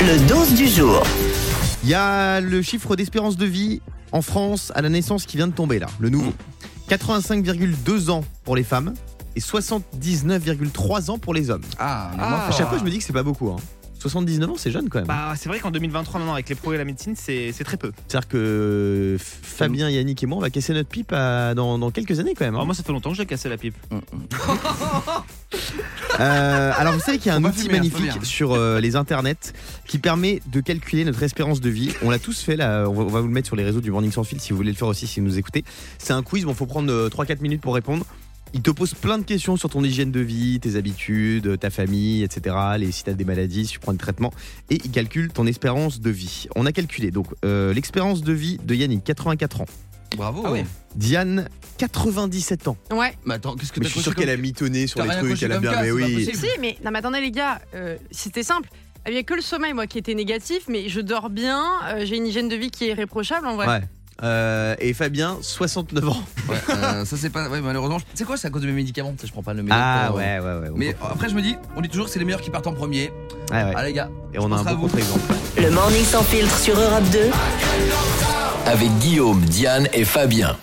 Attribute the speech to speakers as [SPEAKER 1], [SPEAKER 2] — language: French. [SPEAKER 1] Le 12 du jour.
[SPEAKER 2] Il y a le chiffre d'espérance de vie en France à la naissance qui vient de tomber là, le nouveau. 85,2 ans pour les femmes et 79,3 ans pour les hommes.
[SPEAKER 3] Ah, on est moins
[SPEAKER 4] Ah.
[SPEAKER 2] À
[SPEAKER 3] fort.
[SPEAKER 2] chaque fois, je me dis que c'est pas beaucoup. hein. 79 ans, c'est jeune quand même.
[SPEAKER 4] Bah, c'est vrai qu'en 2023, maintenant, avec les progrès de la médecine, c'est c'est très peu.
[SPEAKER 2] C'est-à-dire que Fabien, Yannick et moi, on va casser notre pipe à- dans, dans quelques années quand même. hein.
[SPEAKER 4] Alors, moi, ça fait longtemps que j'ai cassé la pipe.
[SPEAKER 2] Euh, alors vous savez qu'il y a
[SPEAKER 3] Faut
[SPEAKER 2] un
[SPEAKER 3] pas
[SPEAKER 2] outil
[SPEAKER 3] fumer, hein, faut
[SPEAKER 2] magnifique
[SPEAKER 3] bien.
[SPEAKER 2] sur euh, les internets qui permet de calculer notre espérance de vie. On l'a tous fait là, on va, on va vous le mettre sur les réseaux du Morning Sans Fil si vous voulez le faire aussi si vous nous écoutez. C'est un quiz, bon faut prendre euh, 3-4 minutes pour répondre. Il te pose plein de questions sur ton hygiène de vie, tes habitudes, euh, ta famille, etc. Les, si t'as des maladies, si tu prends des traitements. Et il calcule ton espérance de vie. On a calculé donc euh, l'espérance de vie de Yannick, 84 ans.
[SPEAKER 3] Bravo.
[SPEAKER 4] Ah ouais.
[SPEAKER 2] Diane, 97 ans.
[SPEAKER 5] Ouais.
[SPEAKER 3] Mais attends, qu'est-ce que
[SPEAKER 2] Mais
[SPEAKER 3] t'as
[SPEAKER 2] je suis
[SPEAKER 3] coché
[SPEAKER 2] sûr qu'elle a mitonné sur
[SPEAKER 3] T'as
[SPEAKER 2] les
[SPEAKER 3] rien
[SPEAKER 2] trucs,
[SPEAKER 3] coché
[SPEAKER 2] elle a
[SPEAKER 3] comme
[SPEAKER 2] bien.
[SPEAKER 3] cas,
[SPEAKER 2] mais
[SPEAKER 3] c'est pas
[SPEAKER 2] oui.
[SPEAKER 3] possible.
[SPEAKER 5] Si, mais non, mais attendez les gars, euh, c'était simple. Il n'y a que le sommeil, moi, qui était négatif, mais je dors bien, euh, j'ai une hygiène de vie qui est irréprochable en vrai.
[SPEAKER 2] Ouais. Euh, et Fabien, 69 ans.
[SPEAKER 3] comme- Ouais, euh, ça c'est pas. Ouais, malheureusement. je- C'est quoi C'est à cause de mes médicaments. Ça, je prends pas le médoc. pour-
[SPEAKER 2] Ah ouais, ouais.
[SPEAKER 3] Mais après, je me dis, on dit toujours, c'est les meilleurs qui partent en premier. Ah les gars.
[SPEAKER 2] Et on
[SPEAKER 3] je
[SPEAKER 2] a
[SPEAKER 3] pense à
[SPEAKER 2] un
[SPEAKER 3] vous.
[SPEAKER 2] beau contre-exemple.
[SPEAKER 1] Le morning sans filtre sur Europe 2.
[SPEAKER 6] Avec Guillaume, Diane et Fabien.